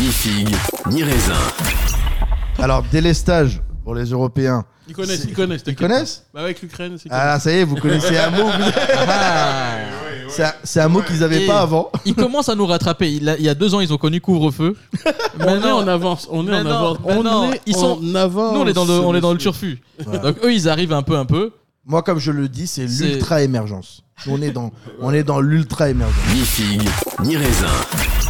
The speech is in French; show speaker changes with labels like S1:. S1: Ni figue, ni raisin.
S2: Alors, délestage pour les Européens.
S3: Ils connaissent, ils connaissent.
S2: Ils
S3: t'inquiète
S2: connaissent
S3: pas. Bah, avec l'Ukraine, c'est
S2: Ah, ça y est, vous connaissez un mot. vous-
S3: Ah.
S2: C'est un- C'est un mot qu'ils n'avaient
S4: Et-
S2: pas avant.
S4: Ils commencent à nous rattraper. Il, a- il y a deux ans, ils ont connu couvre-feu.
S3: On est
S4: Maintenant,
S3: en avance, on est en
S4: Maintenant,
S3: avance.
S4: maintenant,
S3: On est
S4: ils sont-
S3: en avance.
S4: nous, on est dans le, on est dans le turfu. Donc eux, ils arrivent un peu, un peu.
S2: Moi, comme je le dis, c'est
S4: C'est-
S2: l'ultra émergence. On est dans, on est dans l'ultra émergence.
S1: Ni figue, ni raisin.